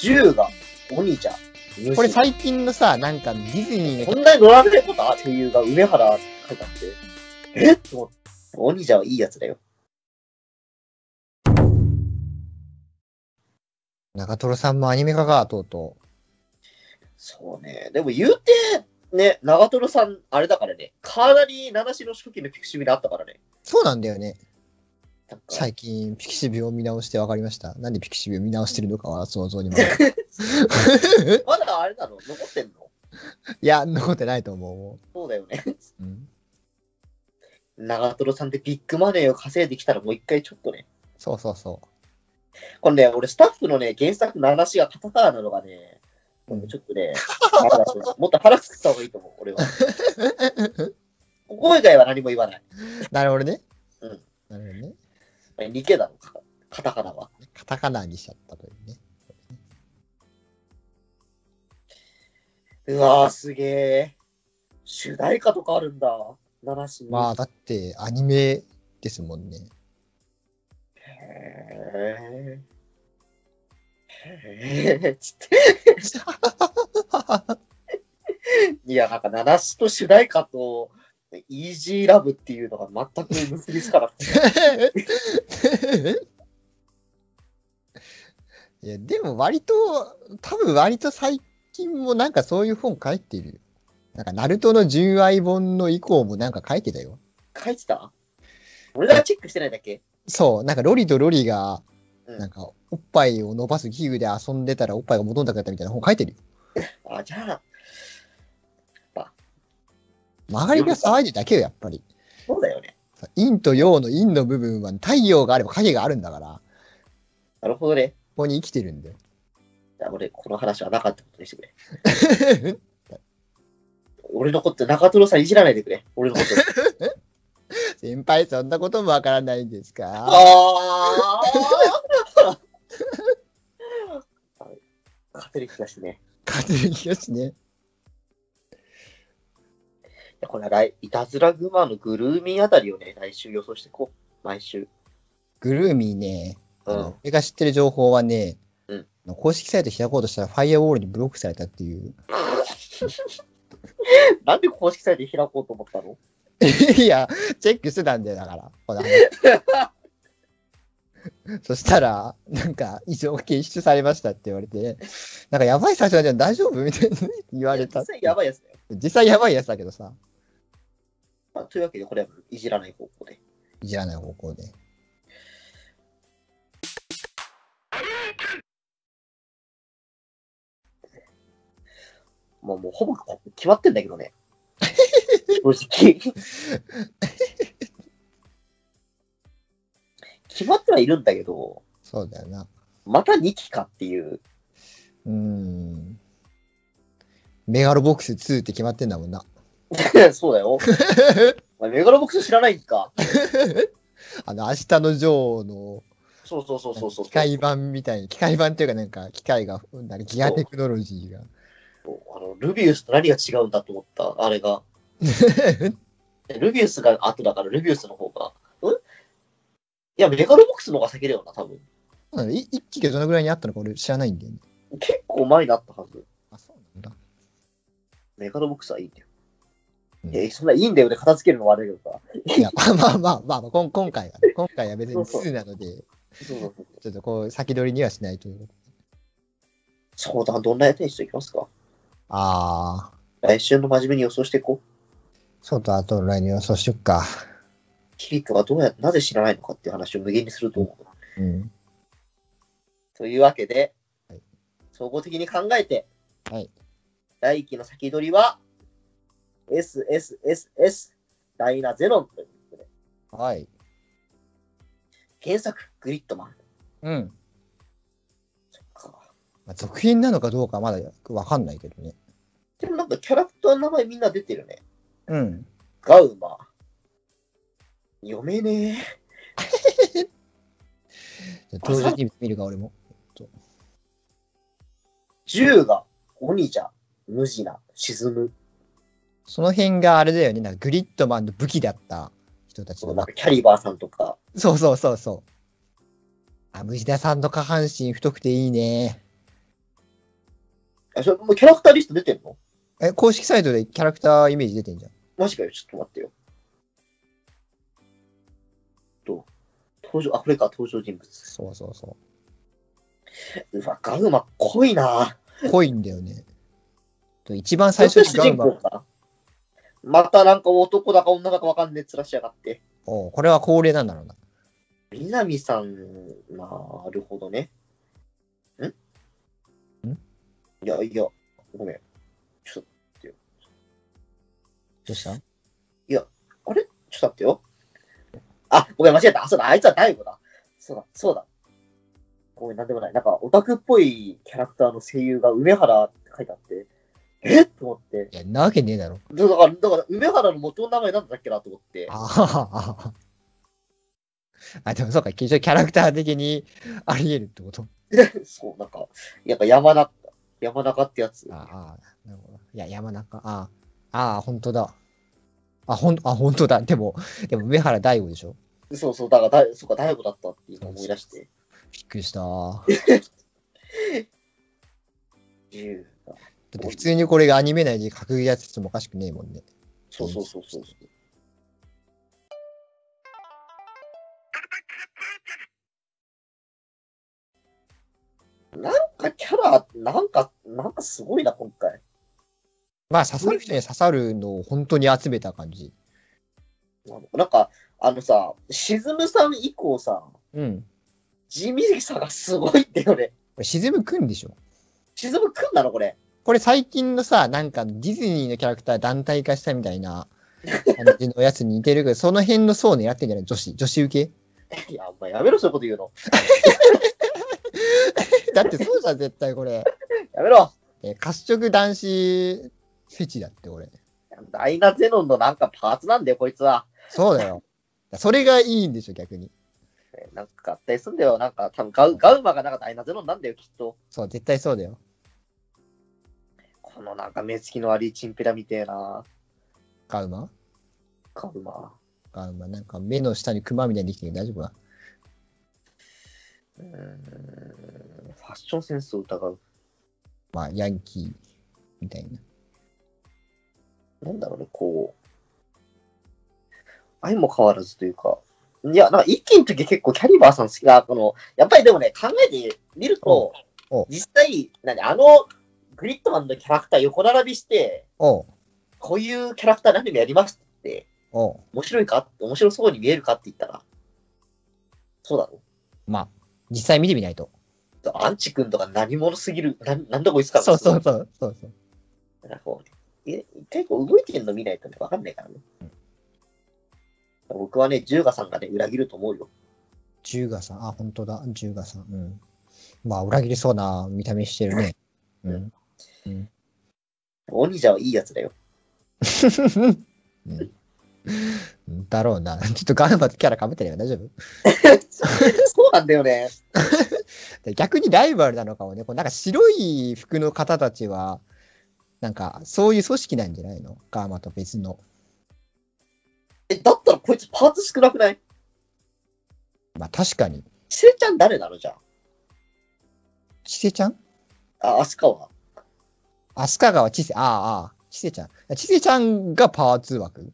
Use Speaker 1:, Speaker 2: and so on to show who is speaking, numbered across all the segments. Speaker 1: 10が鬼じゃん。無視
Speaker 2: これ最近のさ、なんかディズニー
Speaker 1: こ
Speaker 2: の
Speaker 1: んなに乗らないことあっていうが、梅原書いてあって、えっと思って、鬼じゃはいいやつだよ。
Speaker 2: 中トロさんもアニメ化か、とうと
Speaker 1: そうね。でも言うて、ね、長瀞さん、あれだからね、かなり七種の初期のピクシブであったからね。
Speaker 2: う。そうなんだよね。
Speaker 1: だから
Speaker 2: 最近、ピクシブを見直して分かりました。なんでピクシブを見直してるのかは想 像にも。い
Speaker 1: まだあれなの残ってんの
Speaker 2: や、残ってないと思
Speaker 1: そうだよね。
Speaker 2: う。うん、
Speaker 1: 長瀞さんってビッグマネーを稼いできたらもう一回ちょっとね。
Speaker 2: そうそうそう。
Speaker 1: これね、俺スタッフのね、原作の話がカタカナなのがね、もうちょっとね、腹が立つもっと腹作った方がいいと思う、俺は。ここ以外は何も言わない。
Speaker 2: なるほどね。
Speaker 1: うん。
Speaker 2: なるほどね。
Speaker 1: ニケだろ、カカタカナは。
Speaker 2: カタカナにしちゃったというね。
Speaker 1: うわー、すげえ。主題歌とかあるんだ。七種
Speaker 2: まあ、だってアニメですもんね。
Speaker 1: へえ。へえ。つって。いや、なんか、七種と主題歌と、イージーラブっていうのが全く結びつかなくて。
Speaker 2: いや、でも割と、多分割と最近もなんかそういう本書いてるよ。なんか、ナルトの純愛本の以降もなんか書いてたよ。
Speaker 1: 書いてた俺がチェックしてないだけ
Speaker 2: そう、なんかロリとロリが、
Speaker 1: うん
Speaker 2: なんか、おっぱいを伸ばす器具で遊んでたらおっぱいが戻んなくなったみたいな本書いてるよ。
Speaker 1: あ、じゃあ、
Speaker 2: 周りが騒いでるだけよ、やっぱり。
Speaker 1: そうだよね。
Speaker 2: さ陰と陽の陰の部分は太陽があれば影があるんだから、
Speaker 1: なるほどね。
Speaker 2: ここに生きてるんだよ。
Speaker 1: じゃあ、俺、この話はなかったことにしてくれ。 俺のこと、中トさんいじらないでくれ。俺のこと。
Speaker 2: 先輩、そんなこともわからないんで すか
Speaker 1: あ あ勝てる気がしてね。
Speaker 2: 風邪よしね。
Speaker 1: いやこれは来、いたずらグマのグルーミーあたりをね、来週予想してこう。毎週。
Speaker 2: グルーミーね、
Speaker 1: う
Speaker 2: あ
Speaker 1: ん
Speaker 2: の。俺が知ってる情報はね、
Speaker 1: うん
Speaker 2: 公式サイト開こうとしたらファイアウォールにブロックされたっていう。
Speaker 1: なんで公式サイト開こうと思ったの
Speaker 2: いや、チェックしてたんだよ、だから、この話 そしたら、なんか、異常検出されましたって言われて、なんか、やばい最初なんじゃん、大丈夫みたいな言われた
Speaker 1: 実。際やばいやつだよ。
Speaker 2: 実際やばいやつだけどさ、
Speaker 1: まあ、というわけで、これはいじらない方向で。
Speaker 2: いじらない方向で。
Speaker 1: まあ、もうほぼ決まってんだけどね。 正直。決まってはいるんだけど、
Speaker 2: そうだよな。
Speaker 1: また2期かっていう。
Speaker 2: うーん。メガロボックス2って決まってんだもんな。
Speaker 1: そうだよ。お前メガロボックス知らないんか。
Speaker 2: あの、明日のジョーの
Speaker 1: そうそうそうそうそう。
Speaker 2: 機械版みたいに、機械版っていうか、なんか、機械が、なんかギアテクノロジーが。
Speaker 1: あの、ルビウスと何が違うんだと思った、あれが。ルビウスが後だから、ルビウスの方が。んいや、メガロボックスの方が先だよな、多分。
Speaker 2: そうなのい一気がどのぐらいにあったのか俺知らないんだよね。
Speaker 1: 結構前になったはず。
Speaker 2: あ、そうなんだ。
Speaker 1: メガロボックスはいいんだよ。
Speaker 2: うん
Speaker 1: え、そんないいんだよね、片付けるの悪いのか。
Speaker 2: いや、まあまあまあまあ、まあ、こん今回 はね、今回は別に
Speaker 1: そうそう
Speaker 2: 2なので、
Speaker 1: そうそうそう
Speaker 2: ちょっとこう、先取りにはしないという。
Speaker 1: そうだ、どんなやつにしていきますか
Speaker 2: ああ、
Speaker 1: 来週の真面目に予想していこう。
Speaker 2: ちょっとあと来年はそうしよっか。
Speaker 1: キリトがどうやなぜ知らないのかっていう話を無限にすると思う。
Speaker 2: うん。
Speaker 1: というわけで、
Speaker 2: はい
Speaker 1: 総合的に考えて、
Speaker 2: はい
Speaker 1: 第1期の先取りは、SSSS、ダイナゼロンということで、
Speaker 2: はい。
Speaker 1: 原作、グリッドマン
Speaker 2: うん。
Speaker 1: か。
Speaker 2: まあ、続編なのかどうかまだわかんないけどね。
Speaker 1: でもなんかキャラクターの名前みんな出てるね。
Speaker 2: うん。
Speaker 1: ガウマ。読めねえ。
Speaker 2: じゃあ登場人物見るか、俺も。
Speaker 1: 銃が、鬼じゃ、無地な、沈む。
Speaker 2: その辺があれだよね、なんかグリッドマンの武器だった人たち
Speaker 1: そ
Speaker 2: の
Speaker 1: うなんかキャリバーさんとか、
Speaker 2: そうそうそうそう。あ、無地田さんの下半身太くていいね。
Speaker 1: あ、それもうキャラクターリスト出てんの
Speaker 2: え、公式サイトでキャラクターイメージ出てんじゃん。
Speaker 1: マジかよ、ちょっと待ってよ。と、登場、あ、これか、登場人物。
Speaker 2: そうそうそう
Speaker 1: わ、ガウマ濃いな
Speaker 2: う。濃いんだよね。と一番最初に
Speaker 1: 主
Speaker 2: ガウ
Speaker 1: 人
Speaker 2: マ
Speaker 1: 公。か。またなんか男だか女だかわかんねえ面しやがって。
Speaker 2: おうこれは恒例なんだろうな。
Speaker 1: 南さん、なるほどね。ん
Speaker 2: ん
Speaker 1: いや、いや、ごめん。ちょっと、
Speaker 2: どうした
Speaker 1: ちょっと待ってよ。あ、ごめん、間違えた。あ、そうだ、あいつは大悟だ。そうだ、そうだ。ごめん、なんでもない。なんか、オタクっぽいキャラクターの声優が梅原って書いてあって、えっと思って。
Speaker 2: いや、なわけねえだろ。
Speaker 1: だから、だから梅原の元の名前なんだっけなと思って。
Speaker 2: あははは。あ、でもそうか、一応キャラクター的にあり得るってこと。
Speaker 1: そう、なんか、やっぱ山中、山中ってやつ。
Speaker 2: ああ、なるほど。いや、山中、ああ、ああ、本当だ。あ、ほん、あ、本当だ。でも、でも、上原大悟でしょ。
Speaker 1: そうそう、だからだ、そうか、大悟だったって今思い出して。
Speaker 2: びっくりした。だ
Speaker 1: 10
Speaker 2: って普通にこれがアニメ内で格ゲーやっててもおかしくねえもんね。
Speaker 1: そうそうそうそう。なんかキャラ、なんか、なんかすごいな、今回。
Speaker 2: まあ、刺さる人には刺さるのを本当に集めた感じ。
Speaker 1: なんか、あのさ、しずむさん以降さ、
Speaker 2: うん。
Speaker 1: 地味さがすごいんだよね。
Speaker 2: これ、沈むくんでしょ。
Speaker 1: しずむくんなの、これ。
Speaker 2: これ最近のさ、なんかディズニーのキャラクター団体化したみたいな感じのやつに似てるけど、その辺の層狙ってんじゃない女子、女 子受
Speaker 1: いや、お前やめろ、そういうこと言うの。
Speaker 2: けだってそうじゃん、絶対これ。
Speaker 1: やめろ。
Speaker 2: え褐色男子フェチだって、俺。
Speaker 1: ダイナゼノンのなんかパーツなんだよ、こいつは。
Speaker 2: そうだよ。それがいいんでしょ、逆に。
Speaker 1: ねなんか合体すんだよ。なんか、多分ガウガウマがなんかダイナゼノンなんだよ、きっと。
Speaker 2: そう、絶対そうだよ。
Speaker 1: このなんか目つきの悪いチンピラみてえな、
Speaker 2: ガウマ
Speaker 1: カウマ。
Speaker 2: ガウマ、なんか目の下にクマみたいにできてるけど大丈夫か
Speaker 1: うーん、ファッションセンスを疑う。
Speaker 2: まあ、ヤンキーみたいな。
Speaker 1: なんだろうね、こう。相も変わらずというか。いや、なんか一期の時結構キャリバーさん好きな、この、やっぱりでもね、考えてみると
Speaker 2: おうおう、
Speaker 1: 実際、なに、あの、グリッドマンのキャラクター横並びして、
Speaker 2: おう、
Speaker 1: こういうキャラクター何でもやりますって、
Speaker 2: おう、
Speaker 1: 面白いか面白そうに見えるかって言ったら、そうだろ
Speaker 2: まあ、実際見てみないと。
Speaker 1: アンチ君とか何者すぎる、なんなんだこいつか。
Speaker 2: そうそうそう、そうそう。
Speaker 1: なんかこう、い一回こう動いてるの見ないとね、わかんないからね。僕はね、ジューガさんがね、裏切ると思うよ。
Speaker 2: 十賀さん、あ、本当だ、十賀さん。うん。まあ、裏切りそうな見た目してるね。うん。
Speaker 1: 鬼じゃいいやつだよ。
Speaker 2: うん、だろうな。ちょ っとガンバとキャラかぶってれば大丈夫
Speaker 1: そうなんだよね。
Speaker 2: で逆にライバルなのかもね。こうなんか白い服の方たちは、なんかそういう組織なんじゃないのガーマと別の。
Speaker 1: え、だったらこいつパーツ少なくない
Speaker 2: まあ確かに。
Speaker 1: せいちゃん誰なのじゃ
Speaker 2: ちせちゃん
Speaker 1: あ。あ、アスカは。
Speaker 2: アスカ川ちせ、ああ、ああ、ちせちゃん。ちせちゃんがパーツ枠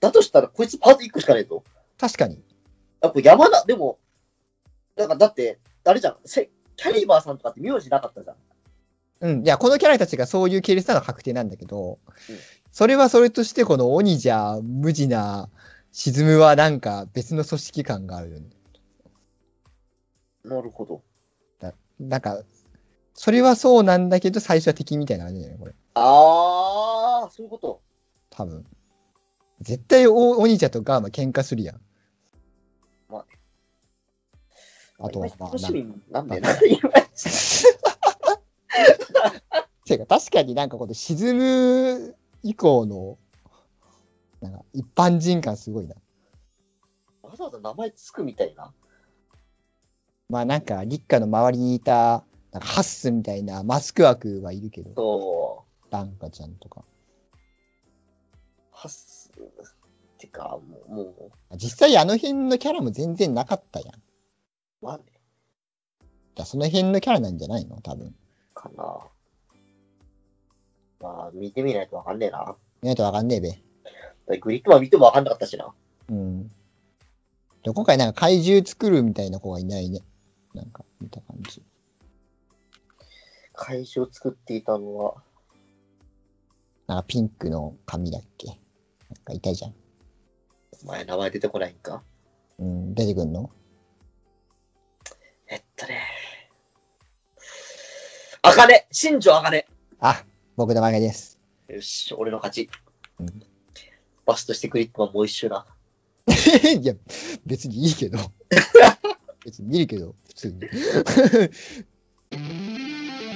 Speaker 1: だとしたらこいつパーツ1個しかねえと。
Speaker 2: 確かに。
Speaker 1: あ、これ山田、でも、なんかだって、あれじゃん、せキャリバーさんとかって名字なかったじゃん。
Speaker 2: うん。いや、このキャラたちがそういう系列なのは確定なんだけど、
Speaker 1: うん
Speaker 2: それはそれとして、この鬼じゃ、無地な、沈むはなんか別の組織感があるよね。
Speaker 1: なるほど。
Speaker 2: なんか、それはそうなんだけど、最初は敵みたいな感じだよね、これ。
Speaker 1: あー、そういうこと。
Speaker 2: 多分。絶対お、鬼ちゃんとガーマ喧嘩するやん。
Speaker 1: まあね
Speaker 2: あとは、まあ、
Speaker 1: 楽
Speaker 2: な
Speaker 1: し
Speaker 2: ん
Speaker 1: みになんだよ
Speaker 2: な
Speaker 1: な。 今
Speaker 2: てか、確かになんかこの沈む以降の、なんか、一般人感すごいな。
Speaker 1: わざわざ名前つくみたいな。
Speaker 2: まあなんか、立花の周りにいた、なんかハッスみたいなマスク枠はいるけど、
Speaker 1: そ
Speaker 2: ランカちゃんとか。
Speaker 1: う。はっす。てか、もう、も
Speaker 2: 実際あの辺のキャラも全然なかったやん。だか
Speaker 1: う、まあね、
Speaker 2: らその辺のキャラなんじゃないの多分。
Speaker 1: かな。まあ、見てみないとわかんねえな。
Speaker 2: 見ないとわかんねえべ。
Speaker 1: だってグリッドマン見てもわかんなかったしな。
Speaker 2: うん。で今回なんか怪獣作るみたいな子がいないね。なんか見た感じ。
Speaker 1: 会社を作っていたのは、
Speaker 2: なんかピンクの髪だっけなんかいたじゃん。
Speaker 1: お前名前出てこないんか。
Speaker 2: うん、出てくんの
Speaker 1: えっとね。あかね新庄あかね
Speaker 2: あ、僕の負けです。
Speaker 1: よし、俺の勝ち。
Speaker 2: うん
Speaker 1: バストしてグリッドマンもう一周な。
Speaker 2: いや、別にいいけど。別に見るけど、普通に。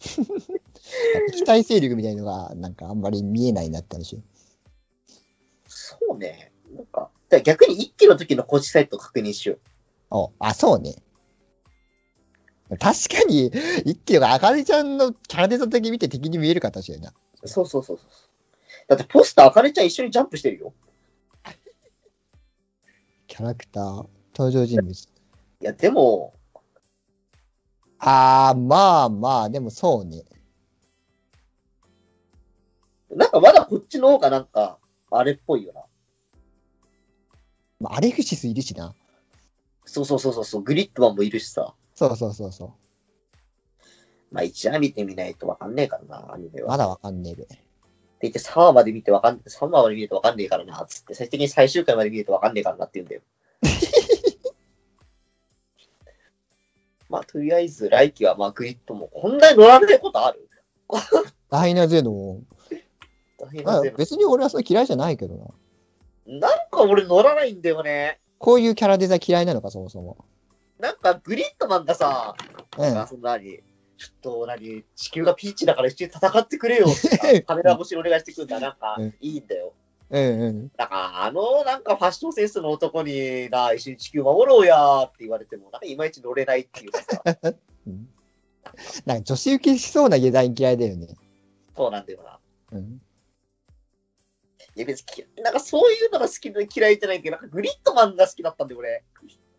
Speaker 2: 期待勢力みたいのが、なんかあんまり見えないなって話よ。
Speaker 1: そうね。なんか、だから逆に一期の時の公式サイト確認しよう。
Speaker 2: おあ、そうね。確かに、一気があかりちゃんのキャラデザ的見て敵に見える形だよな。
Speaker 1: そうそうそうそう。だってポスター、あかねちゃん一緒にジャンプしてるよ。
Speaker 2: キャラクター、登場人物。
Speaker 1: いや、でも、
Speaker 2: あー、まあまあ、でもそうね。
Speaker 1: なんかまだこっちの方がなんか、あれっぽいよな。
Speaker 2: まあ、アレクシスいるしな。
Speaker 1: そうそうそうそうそう、グリッドマンもいるしさ。
Speaker 2: そうそうそうそ
Speaker 1: まあ一話見てみないとわかんねえからな、アニメ
Speaker 2: う。
Speaker 1: は。っ
Speaker 2: ま
Speaker 1: て
Speaker 2: だわかんねえべ。
Speaker 1: 言って3話まで見てわかん、3話まで見るとわかんねえからな、つって、最終的に最終回まで見るとわかんねえからなって言うんだ よ。まあとりあえず来期はまあグリッドもこんなに乗らないことある
Speaker 2: ダイナゼノン。
Speaker 1: 大変
Speaker 2: ま
Speaker 1: だ
Speaker 2: あ
Speaker 1: ぜ
Speaker 2: 別に俺はそれ嫌いじゃないけどな。
Speaker 1: なんか俺乗らないんだよね。
Speaker 2: こういうキャラデザ嫌いなのか、そもそも。
Speaker 1: なんかグリッドマンがさ、
Speaker 2: う
Speaker 1: なんか
Speaker 2: ん。
Speaker 1: そんなに、ちょっと何、地球がピーチだから一緒に戦ってく れよって、カメラ越しにお願いしてくるんだ、なんか
Speaker 2: うん
Speaker 1: いいんだよ。
Speaker 2: うんうん。
Speaker 1: だから、あの、なんかファッションセンスの男にな、一緒に地球守ろうやーって言われても、なんかいまいち乗れないっていうかさ、
Speaker 2: うんなんか女子受けしそうなデザイン嫌いだよね。
Speaker 1: そうなんだよな。
Speaker 2: うん。
Speaker 1: いや別に、なんかそういうのが好きで嫌いじゃないけど、なんかグリッドマンが好きだったんだよ、俺。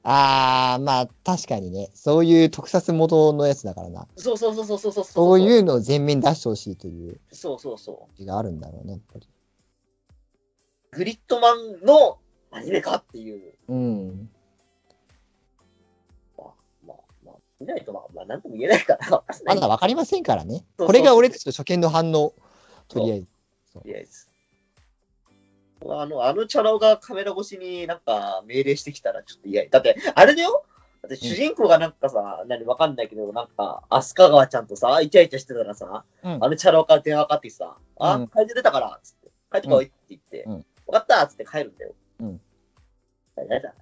Speaker 2: あー、まあ確かにね。そういう特撮元のやつだからな。
Speaker 1: そうそうそうそうそうそう。。
Speaker 2: そういううのを全面に出してほしいという
Speaker 1: そうそうそ
Speaker 2: 気があるんだろうね、やっぱり。
Speaker 1: う。グリッドマンのアニメかっていう。
Speaker 2: うん。
Speaker 1: まあ、まあ、見ないとまあ、まあ、なんとも言えないから、わかんな
Speaker 2: ま
Speaker 1: い
Speaker 2: だわかりませんからね。
Speaker 1: そうそう
Speaker 2: これが俺たちの初見の反応。とりあえず。
Speaker 1: とりあえず。あの、あのチャラ男がカメラ越しになんか命令してきたらちょっと嫌い。だって、あれだよだって主人公がなんかさ、何わかんないけど、なんか、アスカ川ちゃんとさ、イチャイチャしてたらさ、
Speaker 2: うん
Speaker 1: あのチャラ男から電話かかってきてさ、あ、
Speaker 2: うん
Speaker 1: 会場出たから、つって、帰ってこいって言って、
Speaker 2: うん
Speaker 1: わかったっつって帰るんだよ。
Speaker 2: うん
Speaker 1: あ。やだ。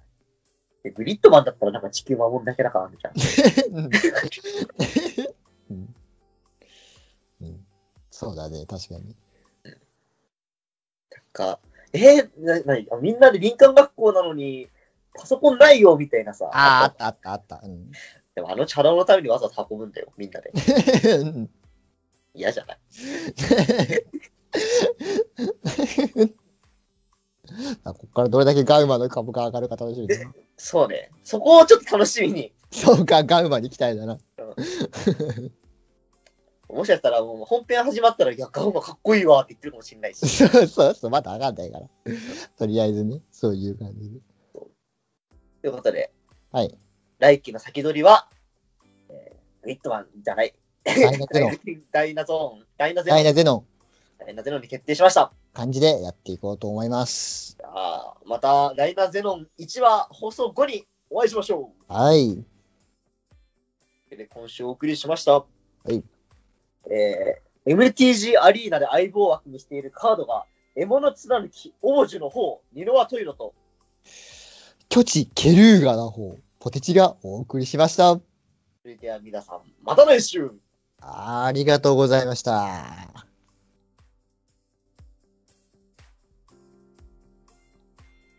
Speaker 1: で、グリッドマンだったらなんか地球守るだけだから、みたいな。
Speaker 2: うんうんそうだね、確かに。
Speaker 1: なんか、えー、な、なに、あみんなで林間学校なのに、パソコンないよ、みたいなさ。
Speaker 2: ああ、あったあったあった。うん、
Speaker 1: でもあのチャラ男のためにわざわざ運ぶんだよ、みんなで。 嫌じゃない
Speaker 2: あここからどれだけガウマの株が上がるか楽しみだな。
Speaker 1: そうね。そこをちょっと楽しみに。
Speaker 2: そうか、ガウマに期待だな。
Speaker 1: もしかしたらもう本編始まったら、いや、ガオがかっこいいわって言ってるかもしれないし。
Speaker 2: そうそうそう、まだ上がんないから。とりあえずね、そういう感じで。
Speaker 1: ということで、
Speaker 2: はい。
Speaker 1: 来期の先取りは、えー、グリットマンじゃない。
Speaker 2: ダイナ ゼノン、
Speaker 1: ダイナゾーン、ダイナゼノ
Speaker 2: ダイ
Speaker 1: ン、
Speaker 2: ナゼノン、
Speaker 1: ダイナゼノンに決定しました。
Speaker 2: 感じでやっていこうと思います。
Speaker 1: じゃあまた、ダイナゼノン1話放送後にお会いしましょう。
Speaker 2: はい。。
Speaker 1: というわけで今週お送りしました。はいえー、MTG アリーナで相棒枠にしているカードが、獲物貫き、王樹の方、ニノアトイロと、
Speaker 2: 巨地ケルーガの方、ポテチがお送りしました。
Speaker 1: それでは皆さん、また来週
Speaker 2: ありがとうございました。